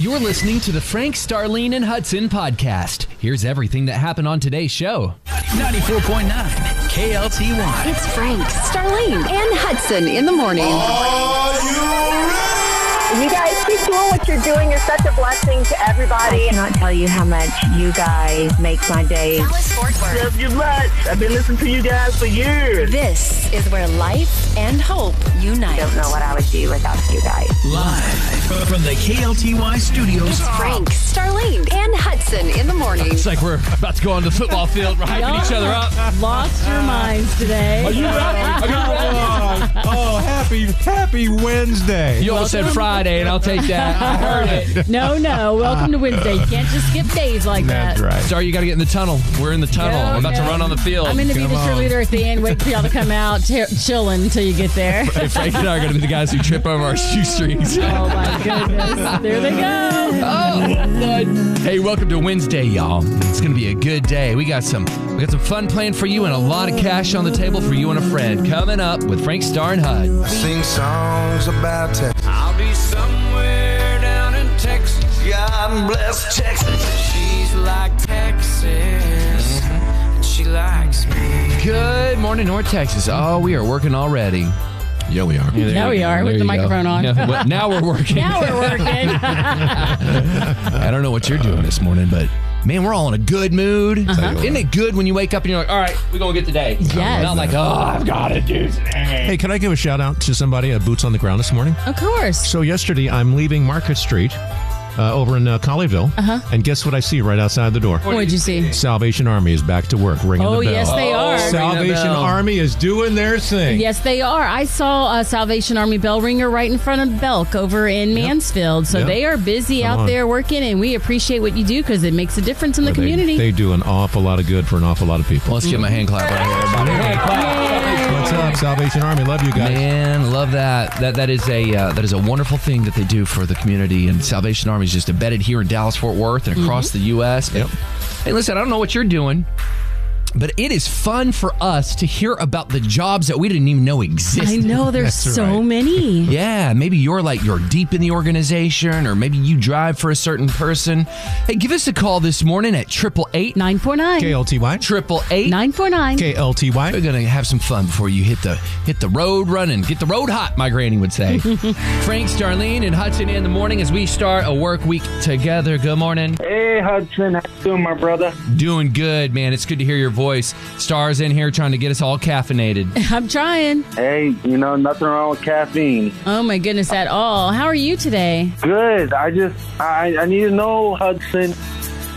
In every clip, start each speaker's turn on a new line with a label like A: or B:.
A: You're listening to the Frank, Starlene, and Hudson podcast. Here's everything that happened on today's show.
B: 94.9 KLTY.
C: It's Frank, Starlene, and Hudson in the morning.
D: You guys keep doing what you're doing. You're such a blessing to everybody.
E: cannot tell you how much you guys make my day.
F: Love you much. I've been listening to you guys for years.
C: This is where life and hope unite.
E: Don't know what I would do without you guys.
B: Live from the KLTY studios.
C: It's Frank, Starlene, and Hudson in the morning.
A: It's like we're about to go on the football field. We're hyping each other up.
G: Lost your minds today.
H: Oh, oh, happy, happy Wednesday.
A: You almost said Friday, and I'll take that. I heard it.
G: No, no. Welcome to Wednesday. You can't just skip days like that.
H: right.
A: Sorry, you got to get in the tunnel. We're in the tunnel.
G: Yeah,
A: We're about to
G: okay.
A: run on the field.
G: I'm going to be the cheerleader at the end. Wait for y'all to come out, t- chilling until you get there.
A: Hey, Frank and I are going to be the guys who trip over our shoestrings.
G: Oh my goodness! There they go.
A: Oh. Hey, welcome to Wednesday, y'all. It's gonna be a good day. We got some we got some fun planned for you and a lot of cash on the table for you and a friend. Coming up with Frank Star and Hud.
I: Sing songs about Texas.
F: I'll be somewhere down in Texas.
I: God bless Texas.
F: She's like Texas, and she likes me.
A: Good morning, North Texas. Oh, we are working already. Yeah, we are.
G: Now we are, with the microphone on.
A: now we're working.
G: Now we're working.
A: I don't know what you're doing this morning, but man, we're all in a good mood. Isn't it good when you wake up and you're like, all right, we're gonna get today.
G: Uh-huh. Yes.
A: Not like, oh, I've got to do today.
H: Hey, can I give a shout out to somebody at Boots on the Ground this morning?
G: Of course.
H: So yesterday, I'm leaving Market Street uh, over in uh, Colleyville, uh-huh. and guess what I see right outside the door?
G: What'd you see?
H: Salvation Army is back to work, ringing
G: Oh
H: the bell.
G: yes, they are.
A: Ring the
H: Salvation
A: bell.
H: Army is doing their thing.
G: Yes, they are. I saw a Salvation Army bell ringer right in front of Belk over in Mansfield. So
H: Yep.
G: they are busy out
H: on.
G: there working, and we appreciate what you do because it makes a difference in the
H: They-
G: community.
H: They, do an awful lot of good for an awful lot of people.
A: Let's give him a hand clap right here, everybody.
H: What's up, Salvation Army? Love you guys.
A: Man, love that. That that is a uh, that is a wonderful thing that they do for the community. And Salvation Army is just embedded here in Dallas Fort Worth and across
G: Mm-hmm.
A: the U.S. But-
H: Yep.
A: Hey, listen, I don't know what you're doing, but it is fun for us to hear about the jobs that we didn't even know
G: I
A: existed.
G: know there's
H: That's
G: so
H: right.
G: many.
A: Yeah, maybe you're like you're deep in the organization, or maybe you drive for a certain person. Hey, give us a call this morning at triple eight
G: 949.
H: KLTY.
A: triple eight.
G: 949.
A: We're
H: KLTY.
A: gonna have some fun before you hit the hit the road running. Get the road hot, my granny would say. Frank, Starlene, and Hudson in the morning as we start a work week together. Good morning.
F: Hey, Hudson. How you doing, my brother?
A: Doing good, man. It's good to hear your voice. Stars in here trying to get us all caffeinated.
G: I'm trying.
F: Hey, you know, nothing wrong with caffeine.
G: Oh my goodness, at all. How are you today?
F: Good. I just, I, I need to know, Hudson,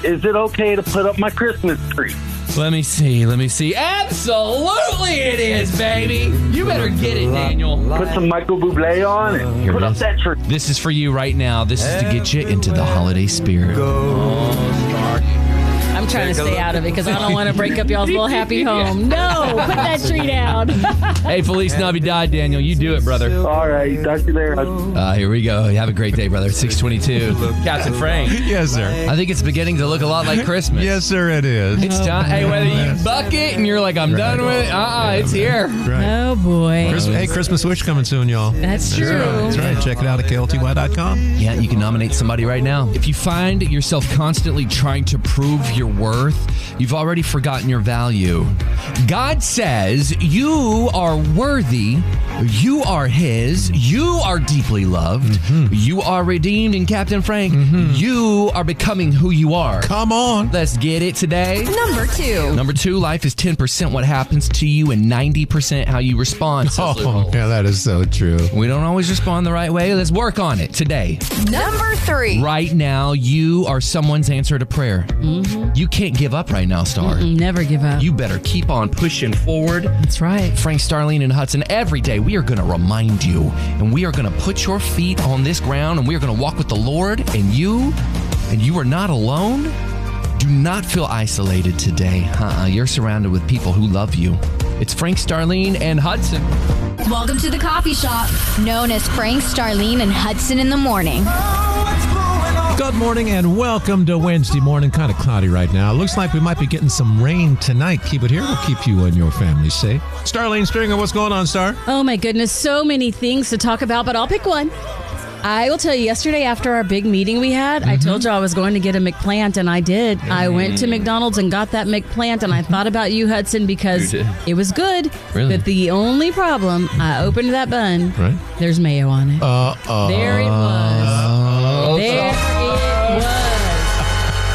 F: is it okay to put up my Christmas tree?
A: let me see. Let me see. Absolutely, it is, baby. You better get it, Daniel.
F: Put some Michael Bublé on it.
A: Here
F: put
A: it
F: up
A: is.
F: that tree.
A: This is for you right now. This is to get you into the holiday spirit.
G: I'm trying to stay out of it because I don't want to break up y'all's little happy home. No, put that tree down.
A: Hey, Felice Navidad, Daniel. You do it, brother.
F: All right. Talk to you later, Hudson.
A: Uh, here we go. Have a great day, brother. 622. Captain Frank.
H: Yes, sir.
A: I think it's beginning to look a lot like Christmas.
H: Yes, sir, it is.
A: It's time. Hey, whether you buck it and you're like, I'm done with it, uh uh it's here.
H: Right.
G: Oh boy.
H: Christmas, hey, Christmas Wish coming soon, y'all.
G: That's true.
H: That's right. Check it out at klty.com.
A: Yeah, you can nominate somebody right now. If you find yourself constantly trying to prove your worth, you've already forgotten your value. God says you are worthy, you are His, you are deeply loved, you are redeemed, and Captain Frank, you are becoming who you are.
H: Come on.
A: Let's get it today.
C: Number two.
A: Number two, life is 10% what happens to you and 90% how you respond. says
H: Oh,
A: Loophole.
H: yeah, that is so true.
A: We don't always respond the right way. Let's work on it today.
C: Number three.
A: Right now, you are someone's answer to prayer. You can't give up right now, Star.
G: Mm, Never give up.
A: You better keep on pushing forward.
G: That's right.
A: Frank Starling and Hudson, every day we are going to remind you and we are going to put your feet on this ground and we are going to walk with the Lord and you, and you are not alone. Do not feel isolated today. Uh-uh. You're surrounded with people who love you. It's Frank Starling and Hudson.
C: Welcome to the coffee shop, known as Frank, Starlene, and Hudson in the morning.
H: Good morning and welcome to Wednesday morning. Kind of cloudy right now. Looks like we might be getting some rain tonight. Keep it here. We'll keep you and your family safe. Starlene Stringer, what's going on, Star?
G: Oh my goodness, so many things to talk about, but I'll pick one. I will tell you, yesterday after our big meeting we had, I told you I was going to get a McPlant, and I did. I went to McDonald's and got that McPlant, and I thought about Mm-hmm. you, Hudson, because
A: You did?
G: it was good.
A: Really?
G: But the only problem, I opened that bun,
H: Right.
G: there's mayo on it.
H: Uh oh.
G: There it was. There it was.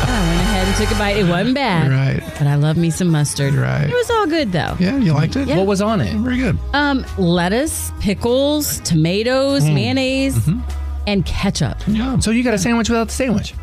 G: I went ahead and took a bite. It wasn't bad.
H: Right.
G: But I love me some mustard.
H: Right.
G: It was all good, though.
H: Yeah, you liked it?
A: What was on it?
H: Very good.
G: Um, lettuce, pickles, tomatoes, mayonnaise, and ketchup.
H: Yeah.
A: So you got a sandwich without the sandwich.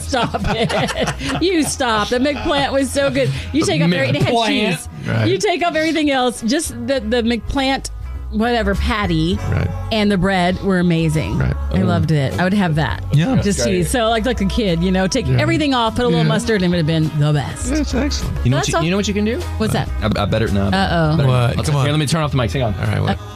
G: stop it. You stop. The McPlant was so good. You take off everything. It had
A: McPlant.
G: cheese.
H: Right.
G: You take off everything else. Just the, the McPlant, whatever, patty.
H: Right.
G: And the bread were amazing.
H: Right. Oh.
G: I loved it. I would have that.
H: Yeah.
G: Just cheese. So like like a kid, you know, take everything off, put a little
H: Yeah.
G: mustard, and it would have been the best.
H: That's excellent.
A: You know what
G: That's
A: you,
G: all- Uh,
A: you know what you can do?
G: What's that? Oh.
A: I, I better not.
G: Uh-oh.
A: Better not.
H: What?
A: I'll
H: Come
A: t-
H: on.
A: Here, let me turn off the mic. Hang on.
H: All right. What?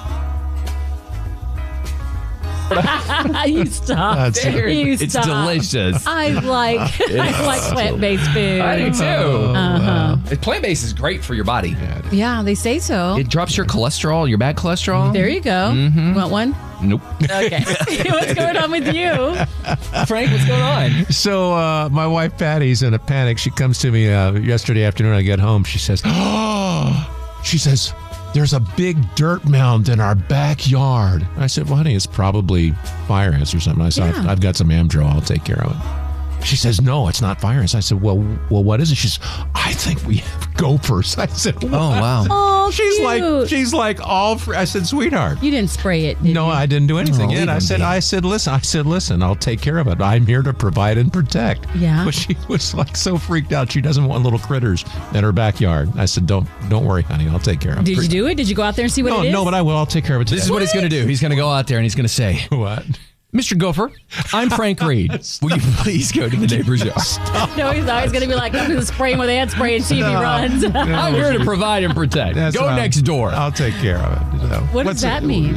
G: you stop.
H: That's it.
G: You
A: It's
G: stop.
A: delicious.
G: I like I like plant based food.
A: I do too. Oh.
G: Uh-huh.
A: Plant based is great for your body.
G: Yeah, they say so.
A: It drops your cholesterol, your bad cholesterol.
G: there you go.
H: Mm-hmm.
G: Want one?
A: Nope.
G: Okay. What's going on with you?
A: Frank, what's going on?
H: So uh, my wife Patty's in a panic. She comes to me uh, yesterday afternoon. I get home. She says, "Oh," she says, "There's a big dirt mound in our backyard." I said, "Well, honey, it's probably fire ants or something." I said,
G: Yeah.
H: "I've got some Amdro. I'll take care of it." She says, "No, it's not fire ants." I said, "Well, well, what is it?" She says, "I think we have gophers." I said, "What?"
A: Oh wow.
G: Oh,
H: she's like,
G: cute.
H: she's like all. Fr- I said, "Sweetheart."
G: you didn't spray it. Did
H: No,
G: you?
H: I didn't do anything.
A: Oh,
H: yet.
A: leave
H: I
A: him
H: said,
A: be.
H: I said, listen, I said, listen, I'll take care of it. I'm here to provide and protect.
G: Yeah.
H: But she was like so freaked out. She doesn't want little critters in her backyard. I said, don't, don't worry, honey. I'll take care of it.
G: Did you do it? Did you go out there and see what
H: no,
G: it is?
H: no, but I will. I'll take care of it.
A: This is what he's going to do. He's going to go out there and he's going to say,
H: what?
A: Mr. Gopher, I'm Frank Reed. Will you please go to the neighbor's yard?
G: No, he's always going to be like, I'm going to spray him with ant spray and see if he
H: No.
G: runs.
A: I'm here to provide and protect.
H: That's
A: go
H: what I'm-
A: next door.
H: I'll take care of it. So,
G: What does
H: what's
G: that
H: it-
G: mean?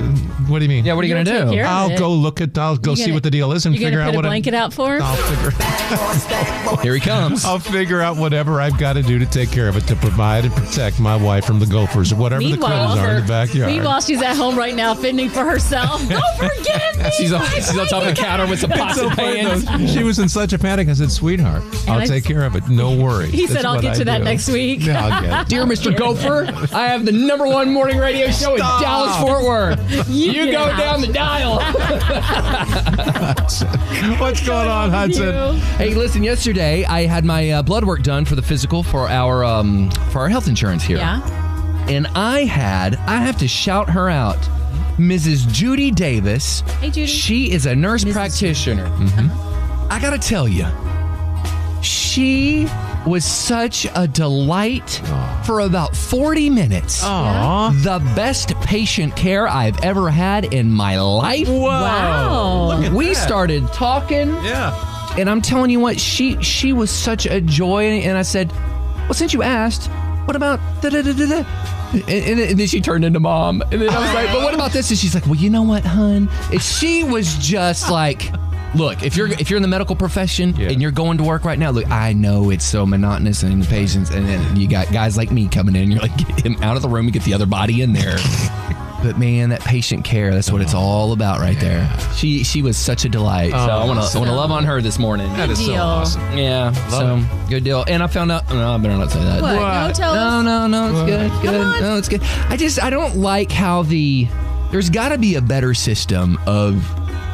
H: What do you mean?
A: yeah, what are you
G: You're
A: going to
G: gonna
A: do?
G: take care of
H: I'll
G: it.
H: go look at. I'll go
G: You
H: see
G: gonna-
H: what the deal is and
G: you gonna
H: figure out
G: put
H: what.
G: a blanket
H: I,
G: out for him?
H: I'll figure.
A: Here he comes.
H: I'll figure out whatever I've got to do to take care of it to provide and protect my wife from the gophers or whatever the critters are in the backyard.
G: meanwhile, she's at home right now fending for herself. Don't forget me.
A: She's on, she's on top of the counter with some pots
H: So
A: and
H: funny,
A: pans.
H: though. She was in such a panic. I said, "Sweetheart, I'll
G: I
H: take
G: s-
H: care of it. No worries."
G: He said,
H: That's
G: "I'll
H: what
G: get
H: I
G: to that
H: do."
G: next week.
H: Yeah, I'll get it.
A: Dear Mr. Gopher, I have the number one morning radio show in Dallas, Fort Worth. You,
G: get
A: go
G: out.
A: down the dial.
H: What's going on, Hudson?
G: You.
A: hey, listen, yesterday I had my uh, blood work done for the physical for our um, for our health insurance here.
G: Yeah.
A: And I had, I have to shout her out, Mrs. Judy Davis.
G: Hey, Judy.
A: She is a nurse practitioner. Mm-hmm. I got to tell you, she was such a delight for about 40 minutes.
H: Aw.
A: The best patient care I've ever had in my life.
G: Wow.
H: Look at
A: We
H: that.
A: started talking,
H: Yeah.
A: and I'm telling you what, she she was such a joy. And I said, "Well, since you asked, what about da da da da da?" And, and, and then she turned into mom, and then I was like, "But what about this?" And she's like, "Well, you know what, hun?" And she was just like. Look, if you're if you're in the medical profession
H: Yeah.
A: and you're going to work right now, look, I know it's so monotonous and patients, and then you got guys like me coming in. You're like, get him out of the room and get the other body in there. but man, that patient care—that's what it's all about, right there. She she was such a delight. so I want to I want to love on her this morning.
H: That is so
G: deal.
H: awesome.
A: Yeah, so good deal. And I found out. No, I better not say that.
G: What? No,
H: What?
G: tell
A: No,
G: us.
A: no, no. It's good. It's
G: on.
A: good. No, it's good. I just I don't like how the there's got to be a better system of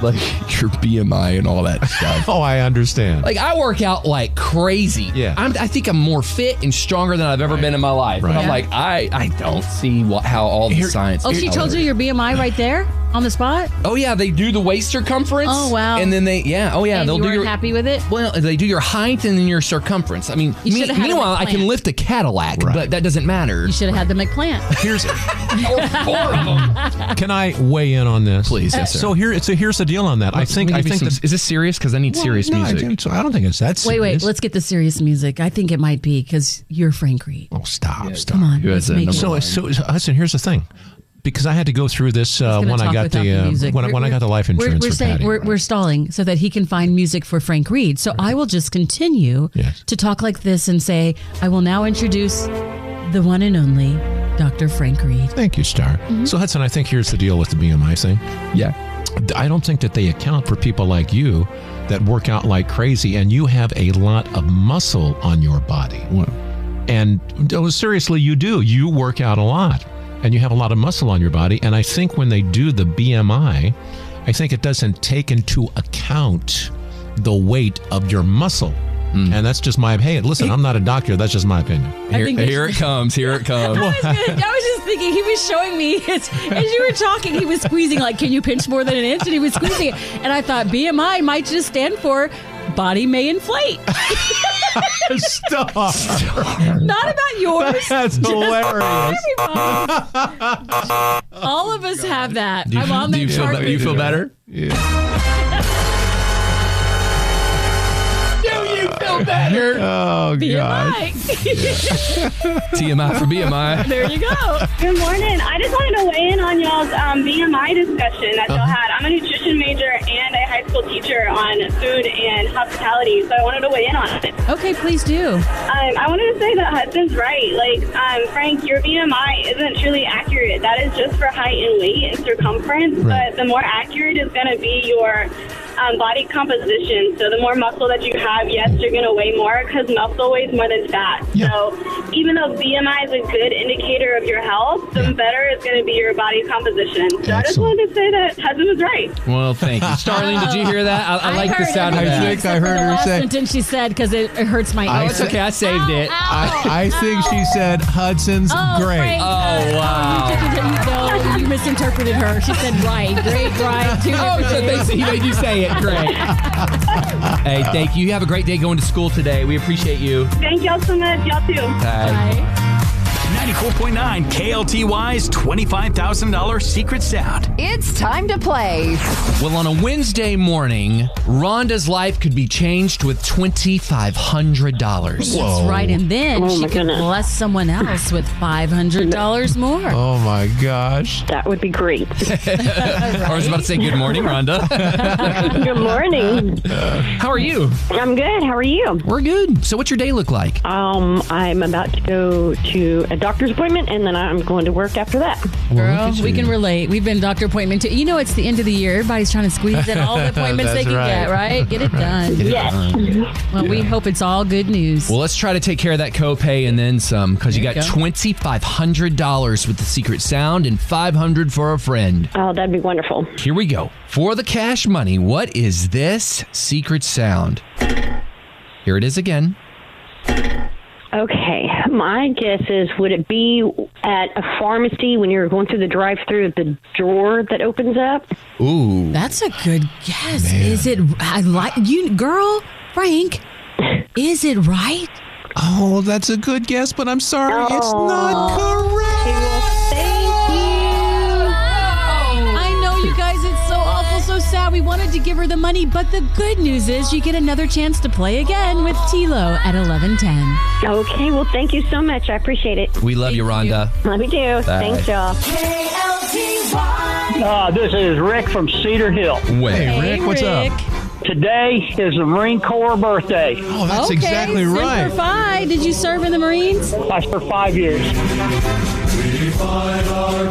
A: like your BMI and all that stuff.
H: Oh, I understand.
A: Like I work out like crazy.
H: Yeah.
A: I'm, I think I'm more fit and stronger than I've ever been in my life. But
H: Right.
A: I'm
H: Yeah.
A: like I I don't see what how all the science.
G: Oh, she told you your BMI right there on the spot?
A: Oh yeah, they do the waist circumference.
G: Oh, wow.
A: And then they yeah. Oh yeah,
G: and
A: they'll
G: you
A: do
G: weren't
A: your
G: happy with it?
A: Well, they do your height and then your circumference. I mean,
G: You
A: me-
G: should've had a
A: meanwhile, I can
G: McPlant.
A: lift a Cadillac,
H: Right.
A: but that doesn't matter.
G: You Oh, should have had the McPlant.
H: Here's
A: Or four of them.
H: Can I weigh in on this?
A: Please, yes, sir.
H: So here, so here's the deal on that. I think, I think the,
A: is this serious? Because I need serious
H: no, I
A: music.
H: don't- I don't think it's that.
G: Wait,
H: Serious.
G: wait. Let's get the serious music. I think it might be because you're Frank Reed.
H: Oh, stop, stop.
G: Come on.
A: Who has
G: let's
A: a
G: make
A: number
G: it.
H: So, so so, Hudson, here's the thing, because I had to go through this uh,
G: gonna
H: when I
G: talk
H: got
G: without
H: the, uh,
G: music.
H: when, I-
G: We're-
H: when I got the life
G: we're-
H: insurance
G: We're,
H: for
G: saying
H: Patty.
G: we're, we're stalling so that he can find music for Frank Reed. So I will just continue
H: Yes.
G: to talk like this and say I will now introduce the one and only Dr. Frank Reed.
H: Thank you, Star. So Hudson, I think here's the deal with the BMI thing.
A: Yeah.
H: I don't think that they account for people like you that work out like crazy and you have a lot of muscle on your body. And no, seriously, you do. You work out a lot and you have a lot of muscle on your body. And I think when they do the BMI, I think it doesn't take into account the weight of your muscle. And that's just my hey, listen, I'm not a doctor. That's just my opinion.
A: Here,
G: think they
A: here it comes. Here it comes.
G: I was, gonna, I was just thinking he was showing me his, as you were talking he was squeezing like can you pinch more than an inch and he was squeezing it and I thought BMI might just stand for body may inflate
H: Stop.
G: not about yours
H: That's hilarious.
G: Everybody. all of us have that
A: Do you,
G: I'm
A: do
G: on the
A: you feel,
G: chart
A: be- you feel better?
H: Oh god.
G: BMI
A: TMI for BMI.
G: there you go
D: Good morning. I just wanted to weigh in on y'all's um, BMI discussion that y'all had. I'm a nutrition major and a high school teacher on food and hospitality, so I wanted to weigh in on it.
G: okay please do
D: Um, I wanted to say that Hudson's right. Like, um, Frank, your BMI isn't truly accurate. That is just for height and weight and circumference.
H: Right.
D: But the more accurate is going to be your um, body composition. So the more muscle that you have, yes, you're going to weigh more because muscle weighs more than fat.
H: Yeah.
D: So even though BMI is a good indicator of your health, the
H: Yeah.
D: better it's going to be your body composition. So I just
H: Excellent.
D: wanted to say that Hudson was right.
A: Well, thank you. Starling, did you hear that? I, I,
G: I
A: like the
G: heard
A: sound of
G: everything
A: that.
H: think
G: except
H: I
G: for
H: heard
G: the
H: her
G: last
H: say-
G: sentence she said because it, it hurts my
H: I
G: ears
A: It's okay. I saved it.
H: I, I think she said Hudson's
G: Oh,
H: great.
G: Frank,
A: Oh,
G: uh,
A: wow.
G: you, took it- you- no, you misinterpreted her. She said right, great, right. Two
A: Oh,
G: different
A: so
G: things.
A: thanks. He made you say it. Great. hey, thank you. You have a great day going to school today. We appreciate you.
D: Thank y'all so much. Y'all too.
A: Bye.
G: Right.
B: 94.9 KLTY's $25,000 secret sound.
J: It's time to play.
A: Well, on a Wednesday morning, Rhonda's life could be changed with $2,500.
G: That's right. And then
E: Oh,
G: she
E: my
G: could
E: goodness.
G: bless someone else with $500 more.
H: Oh my gosh.
E: That would be great.
A: I was about to say, Good morning, Rhonda.
E: Good morning.
A: How are you?
E: I'm good. How are you?
A: We're good. So, what's your day look like?
E: Um, I'm about to go to a doctor's appointment, and then I'm going to work after that.
G: Girl, we can relate. We've been doctor appointment too. You know, it's the end of the year. Everybody's trying to squeeze in all the appointments they
H: That's
G: can get,
H: right.
G: right? Get it done.
E: Mm-hmm.
G: Well, we hope it's all good news.
A: Well, let's try to take care of that copay and then some because you
G: There
A: got
G: you go.
A: $2,500 with the secret sound and 500 for a friend.
E: Oh, that'd be wonderful.
A: Here we go. For the cash money, what is this secret sound? Here it is again.
E: Okay, my guess is would it be at a pharmacy when you're going through the drive-through, the drawer that opens up?
A: Ooh.
G: That's a good guess. Is it? I like you, girl, Frank. Is it right?
H: Oh, that's a good guess, but I'm sorry, it's not correct.
G: I know you guys, it's so awful, so sad. We wanted to give her the money, but the good news is you get another chance to play again with Tilo at 1110.
E: Okay, well, thank you so much. I appreciate it.
A: We love you, Rhonda.
E: Love you too. Thanks, y'all.
F: Uh, this is Rick from Cedar Hill.
A: Wait.
H: Hey, Rick, what's up?
F: Today is the Marine Corps birthday.
H: Oh, that's exactly right.
G: Semper Fi, did you serve in the Marines?
F: That's for five years.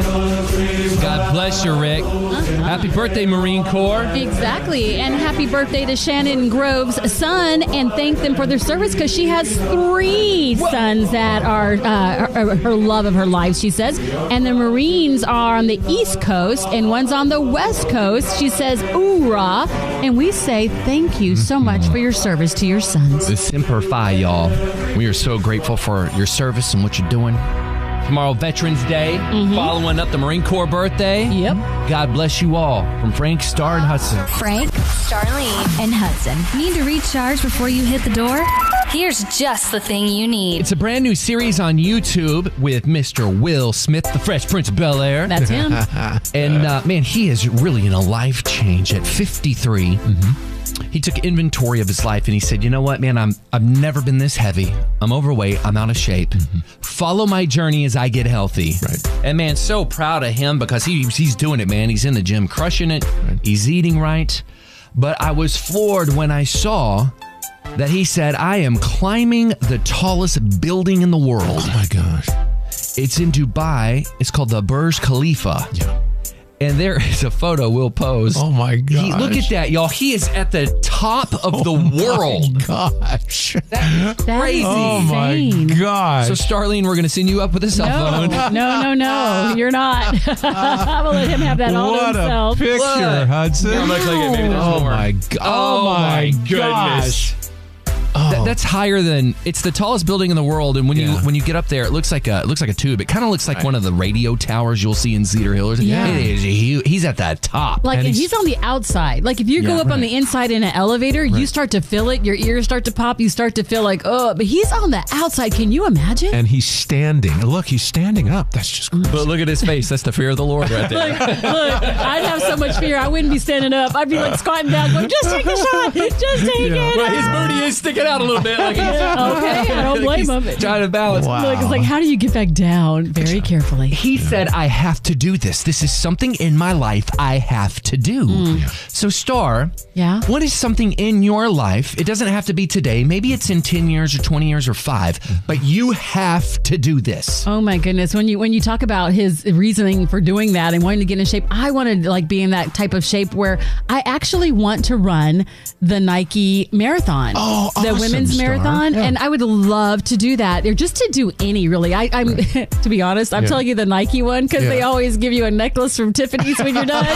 A: God bless you, Rick. Happy birthday, Marine Corps.
G: Exactly. And happy birthday to Shannon Grove's son and thank them for their service because she has three sons that are uh, her, her love of her life, she says. And the Marines are on the East Coast and one's on the West Coast. She says, oorah. And we say thank you so much for your service to your sons.
A: The Semper Fi, y'all. We are so grateful for your service and what you're doing. Tomorrow, Veterans Day, following up the Marine Corps birthday.
G: Yep.
A: God bless you all from Frank Starr and Hudson.
C: Frank, Starlene, and Hudson. Need to recharge before you hit the door? Here's just the thing you need.
A: It's a brand new series on YouTube with Mr. Will Smith, the Fresh Prince of Bel Air.
G: That's him.
A: And uh, man, he is really in a life change at 53. He took inventory of his life and he said, "You know what, man? I'm I've never been this heavy. I'm overweight. I'm out of shape. Follow my journey as I get healthy."
H: Right.
A: And man, so proud of him because he he's doing it, man. He's in the gym, crushing it. He's eating right. But I was floored when I saw that he said, "I am climbing the tallest building in the world."
H: Oh my gosh.
A: It's in Dubai. It's called the Burj Khalifa.
H: Yeah.
A: And there is a photo we'll post.
H: Oh my
A: He- look
H: gosh. Oh
A: at that, y'all. He is at the top of the world.
H: Gosh.
G: That is
A: Crazy.
H: Oh my
G: insane.
H: gosh.
A: So, Starlene, we're going to send you up with a cell
G: No,
A: phone.
G: no, no, no. You're not. I will let him have that all
H: what
G: to
H: a
G: himself.
H: picture,
A: Look.
H: Hudson. oh my god.
A: Oh
H: Oh my
A: my
H: gosh.
A: Th- that's higher than it's the tallest building in the world. And when
H: Yeah.
A: you when you get up there, it looks like a it looks like a tube. It kind of looks like one of the radio towers you'll see in Cedar Hill. Or something.
G: Yeah.
A: It is hu- he's at the top.
G: Like
A: And
G: and he's, on the outside. Like if you go
A: Yeah,
G: up on
A: right.
G: the inside in an elevator, you start to feel it. Your ears start to pop. You start to feel like oh, but he's on the outside. Can you imagine?
H: And he's standing. Look, he's standing up. That's just
A: but look at his face. That's the fear of the Lord right there.
G: Look, I'd have so much fear. I wouldn't be standing up. I'd be like squatting down, going, "Just take a shot. Just take it."
A: But his booty is sticking out a little bit. Like he's
G: Okay, I don't blame him.
A: trying to balance.
G: Look, it's like how do you get back down? Very carefully.
A: He said, I have to do this. This is something in my life I have to do. So, Star,
G: Hmm. Yeah.
A: what is something in your life? It doesn't have to be today. Maybe it's in 10 years or 20 years or five, but you have to do this.
G: Oh my goodness! When you when you talk about his reasoning for doing that and wanting to get in shape, I want to like be in that type of shape where I actually want to run the Nike marathon,
H: Oh,
G: the
H: awesome,
G: women's
H: Star.
G: marathon,
H: Yeah.
G: and I would love to do that or just to do any really. I, I'm to be honest, I'm
H: Yeah.
G: telling you the Nike one because they
H: Yeah.
G: always give you a necklace from Tiffany's when you're done.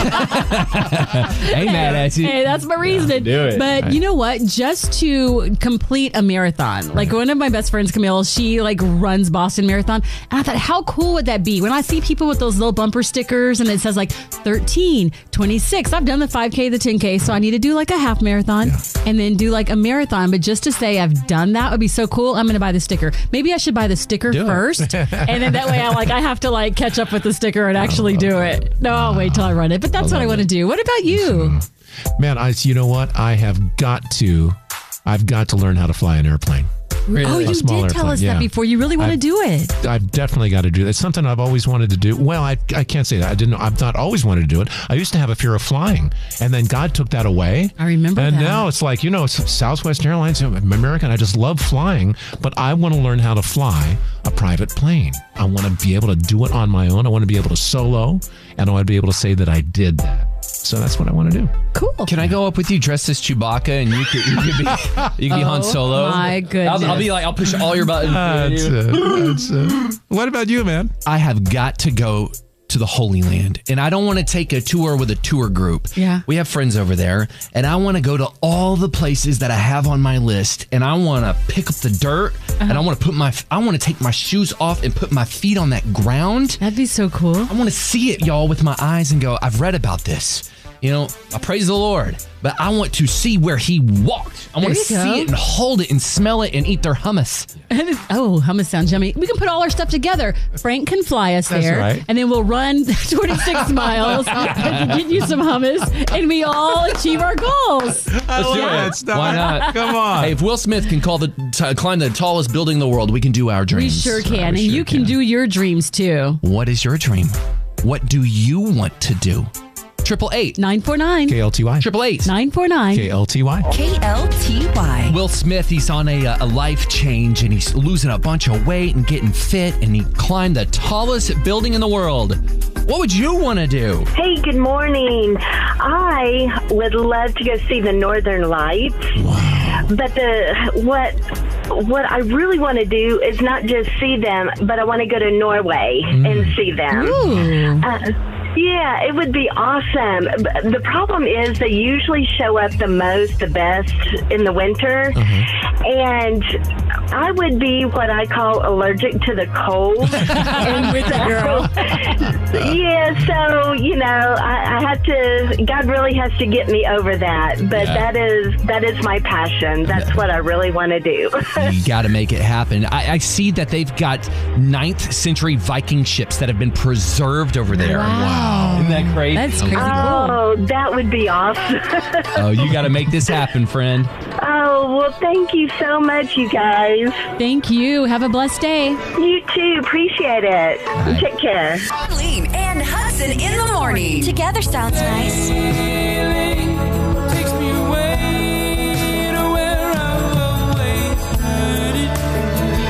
A: Hey, mad at
G: Hey, that's my reasoning. But you know what? Just to complete a marathon, like one of my best friends, Camille, she like runs Boston Marathon, and I thought, how cool would that be? When I see people with those little bumper stickers and it says like 13, 26, I've done the 5K, the 10K, so I need to do like a half marathon and then do like a marathon. But just to say I've done that would be so cool. I'm going to buy the sticker. Maybe I should buy the sticker
A: it.
G: first, and then that way I like I have to like catch up with the sticker and actually do it. No, I'll wait till I run it. But that's what I want to do. What about you?
H: Man, I you know what? I have got to I've got to learn how to fly an airplane.
G: Oh,
H: A
G: you did
H: small
G: tell
H: airplane,
G: us
H: yeah.
G: that before. You really want to
H: I-
G: do it.
H: I've definitely got to do that. It's something I've always wanted to do. Well, I, I can't say that. I didn't. I've not always wanted to do it. I used to have a fear of flying, and then God took that away.
G: I remember
H: And
G: that.
H: now it's like you know, it's Southwest Airlines, American. I just love flying, but I want to learn how to fly a private plane. I want to be able to do it on my own. I want to be able to solo, and I want to be able to say that I did that. So that's what I want to do.
G: Cool.
A: Can I go up with you dressed as Chewbacca and you could, you could be, you could be Han
G: Oh,
A: Solo?
G: my
A: I'll, I'll
G: goodness.
A: be like, I'll push all your buttons.
H: That's it. That's it. What about you, man?
A: I have got to go to the Holy Land. And I don't want to take a tour with a tour group.
G: Yeah.
A: We have friends over there. And I want to go to all the places that I have on my list. And I want to pick up the dirt. And
G: Uh-huh.
A: I want to put my, I want to take my shoes off and put my feet on that ground.
G: That'd be so cool.
A: I want to see it, y'all, with my eyes and go, I've read about this. You know, I praise the Lord, but I want to see where he walked. I want
G: There
A: to
G: you
A: see
G: go.
A: it and hold it and smell it and eat their hummus.
G: oh, hummus sounds yummy. We can put all our stuff together. Frank can fly us
H: That's
G: there,
H: right.
G: and then we'll run 26 miles and get you some hummus, and we all achieve our
A: Let's
G: goals.
A: do
H: love
A: it.
H: it, Star.
A: Why not?
H: Come on.
A: Hey, if Will Smith can call the t- climb the tallest building in the world, we can do our
G: We
A: dreams.
G: sure can, and
H: we sure
G: you can,
H: can.
G: do your dreams too.
A: What is your dream? What do you want to do? Triple eight.
G: 949
H: KLTY.
A: Triple eight.
G: 949.
H: KLTY.
J: KLTY.
A: Will Smith, he's on a, uh, a life change and he's losing a bunch of weight and getting fit, and he climbed the tallest building in the world. What would you want to do?
E: Hey, good morning. I would love to go see the Northern Lights. But the what what I really want to do is not just see them, but I want to go to Norway and see them.
G: Mm. Ooh.
E: Uh, yeah, it would be awesome. B- The problem is they usually show up the most, the best in the winter.
G: Uh-huh.
E: And I would be what I call allergic to the cold.
G: I'm with you, girl.
E: yeah, so, you know, I, I have to, God really has to get me over that. But that is, that is my passion. That's what I really want to do.
A: You got to make it happen. I, I see that they've got 9th century Viking ships that have been preserved over there.
G: Wow.
A: Isn't that crazy?
G: That's crazy cool.
E: oh, that would be awesome.
A: Oh, you got to make this happen, friend.
E: Oh, well, thank you so much, you guys.
G: Thank you. Have a blessed day.
E: You too. Appreciate it. Take care.
J: Colleen and Hudson in the morning.
C: Together sounds nice.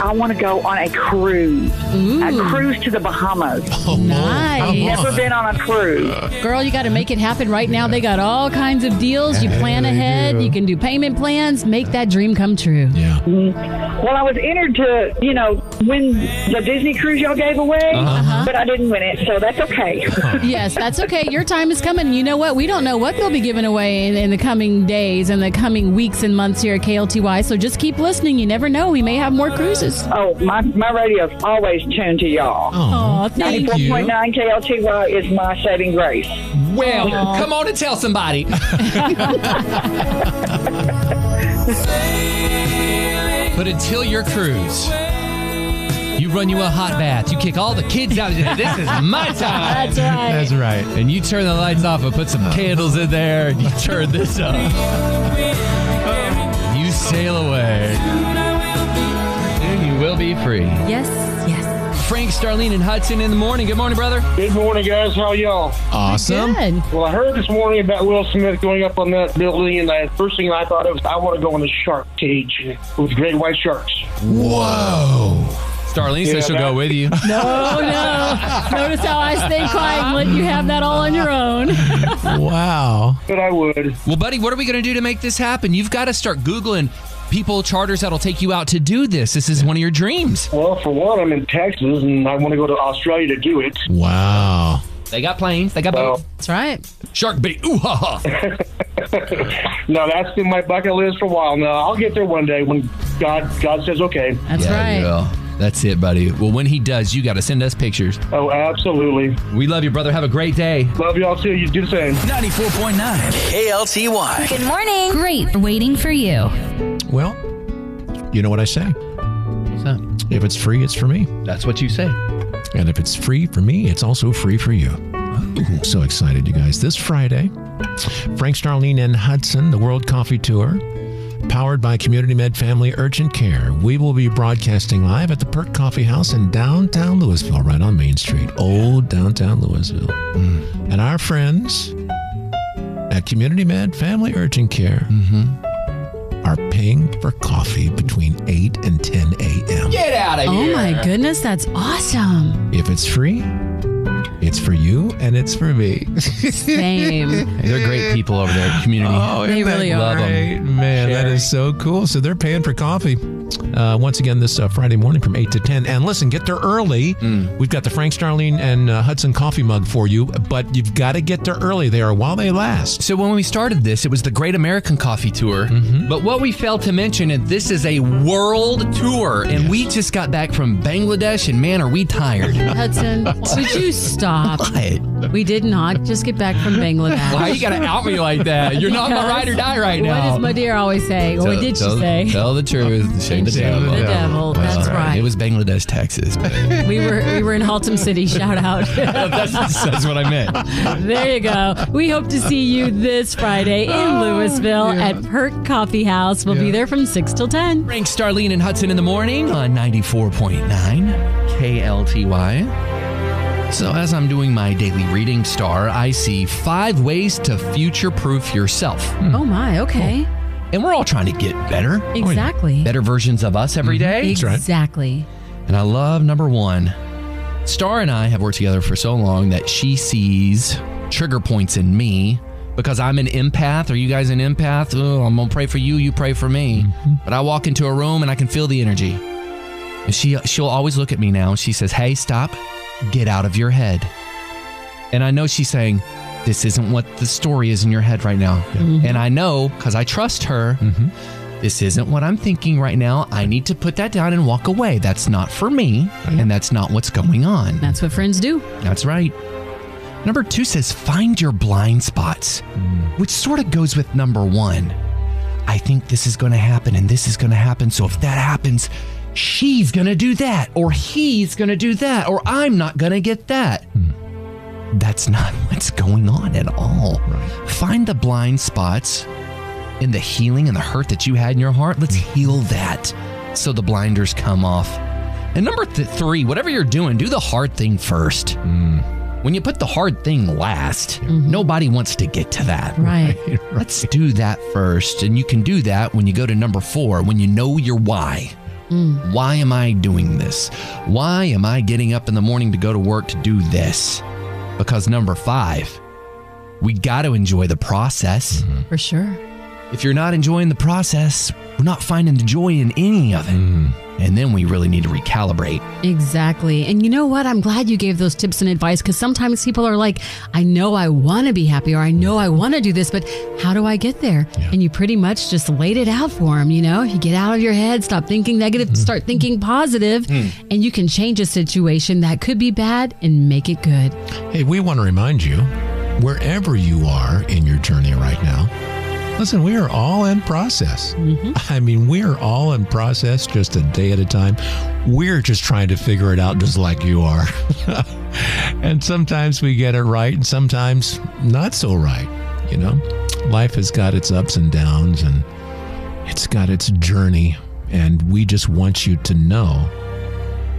E: I
K: want to go on a cruise. A cruise to the Bahamas.
G: Nice.
K: Never been on a cruise.
G: Girl, you got to make it happen right now. They got all kinds of deals. You plan
K: they
G: ahead.
K: do.
G: You can do payment plans. Make that dream come true. Yeah.
K: Well, I was entered to, you know, win the Disney cruise y'all gave away,
G: Uh-huh.
K: but I didn't win it, so that's okay.
E: Uh-huh.
G: yes, that's okay. Your time is coming. You know what? We don't know what they'll be giving away in, in the coming days and the coming weeks and months here at KLTY. So just keep listening. You never know. We may have more cruises.
K: Oh, my, my radio's always tuned to y'all.
G: Aw, thank you.
K: 94.9 KLTY is my saving grace.
A: Well, come on and tell somebody. but until your cruise, you run you a hot bath. You kick all the kids out. This is my time.
G: That's right.
H: That's right.
A: And you turn the lights off and put
L: Uh-huh.
A: some candles in there and you turn this up. You sail away. And you will be free.
G: Yes,
A: yes. Frank, Starlene, and Hudson in the morning. Good morning, brother.
L: Good morning, guys. How y'all?
H: Awesome.
L: Well, I heard this morning about Will Smith going up on that building, and the first thing I thought of was I want to go in a shark cage with great white sharks.
A: Whoa. Starlene
L: Yeah,
A: says she'll go
L: that-
A: with you.
G: No, Oh, no. Notice how I stay quiet and let you have that all on your own.
H: Wow.
L: But I would.
A: Well, buddy, what are we going to do to make this happen? You've got to start Googling people, charters that'll take you out to do this. This is one of your dreams.
L: Well, for one, I'm in Texas, and I want to go to Australia to do it.
H: Wow.
A: They got planes. They got boats.
G: That's right.
A: Shark bait. Ooh, ha, ha.
L: No, that's been my bucket list for a while now. I'll get there one day when God God says okay.
G: That's
A: Yeah, yeah. That's it, buddy. Well, when he does, you got to send us pictures.
L: Oh, absolutely.
A: We love you, brother. Have a great day.
L: Love y'all too. You do the same.
B: 94.9 KLTY.
C: Good morning. Great. Waiting for you.
H: Well, you know what I say. If it's free, it's for me.
A: That's what you say.
H: And if it's free for me, it's also free for you. Ooh, so excited, you guys. This Friday, Frank Starling and Hudson, the World Coffee Tour, powered by Community Med Family Urgent Care. We will be broadcasting live at the Perk Coffee House in downtown Louisville, right on Main Street. Old downtown Louisville.
A: Mm.
H: And our friends at Community Med Family Urgent Care are paying for coffee between 8 and 10 a.m.
A: Get out of
G: Oh,
A: here.
G: my goodness. That's awesome.
H: If it's free, it's for you and it's for me.
G: Same.
A: They're great people over there, at community.
H: Oh, isn't
G: They
H: that
G: really
A: are.
H: great? Man, that is so cool. So they're paying for coffee. Uh, once again, this uh, Friday morning from 8 to 10. And listen, get there early. We've got the Frank Starling and uh, Hudson coffee mug for you, but you've got to get there early. They are while they last.
A: So when we started this, it was the Great American Coffee Tour. But what we failed to mention is this is a world tour, and we just got back from Bangladesh, and man, are we tired.
G: Hudson, would you stop? We did not just get back from Bangladesh.
A: Why you gotta out me like that? You're not my
G: Because
A: ride or die right
G: What
A: now.
G: does my dear always say? Or what did she
A: Tell-
G: say?
A: Tell the truth, shame the,
G: Shame
A: devil.
G: the devil, that's right.
A: It was Bangladesh, Texas. but-
G: We were we were in Haltom City. Shout out.
A: that's, that's what I meant.
G: there you go. We hope to see you this Friday
A: Oh,
G: in Louisville at Perk Coffee House. We'll be there from six till ten.
A: Frank Starlene and Hudson in the morning on 94.9 KLTY. So, as I'm doing my daily reading star, I see five ways to future proof yourself. Hmm.
G: Oh my. Okay.
A: And we're all trying to get better.
G: Exactly.
A: Better versions of us every day.
G: Exactly.
A: And I love number one. Star and I have worked together for so long that she sees trigger points in me because I'm an empath. Are you guys an empath? Oh, I'm gonna pray for you. You pray for me. But I walk into a room and I can feel the energy. And she she'll always look at me now. and She says, "Hey, stop. Get out of your head." And I know she's saying, "This isn't what the story is in your head right now." And I know because I trust her. This isn't what I'm thinking right now. I need to put that down and walk away. That's not for me, and that's not what's going on.
G: That's what friends do.
A: That's right. Number two says find your blind spots, which sort of goes with number one. I think this is going to happen and this is going to happen. So if that happens, she's going to do that, or he's going to do that, or I'm not going to get that. That's not what's going on at all. Find the blind spots in the healing and the hurt that you had in your heart. Let's heal that so the blinders come off. And number th- three, whatever you're doing, do the hard thing first. When you put the hard thing last, nobody wants to get to that.
G: Right.
A: Let's do that first. And you can do that when you go to number four, when you know your why.
E: Why am I doing this? Why am I getting up in the morning to go to work to do this? Because number five, we got to enjoy the process.
G: For sure.
E: If you're not enjoying the process, we're not finding the joy in any of it. And then we really need to recalibrate.
G: Exactly. And you know what? I'm glad you gave those tips and advice because sometimes people are like, I know I want to be happy or I know I want to do this, but how do I get there? And you pretty much just laid it out for them. You know, you get out of your head, stop thinking negative, start thinking positive,
H: Mm.
G: and you can change a situation that could be bad and make it good.
H: Hey, we want to remind you, wherever you are in your journey right now, listen, we are all in process. I mean, we are all in process just a day at a time. We're just trying to figure it out just like you are. and sometimes we get it right and sometimes not so right. You know, life has got its ups and downs and it's got its journey. And we just want you to know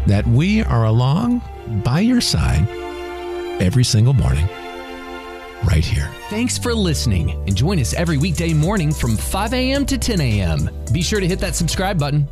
H: that we are along by your side every single morning right here.
E: Thanks for listening and join us every weekday morning from 5 a.m. to 10 a.m. Be sure to hit that subscribe button.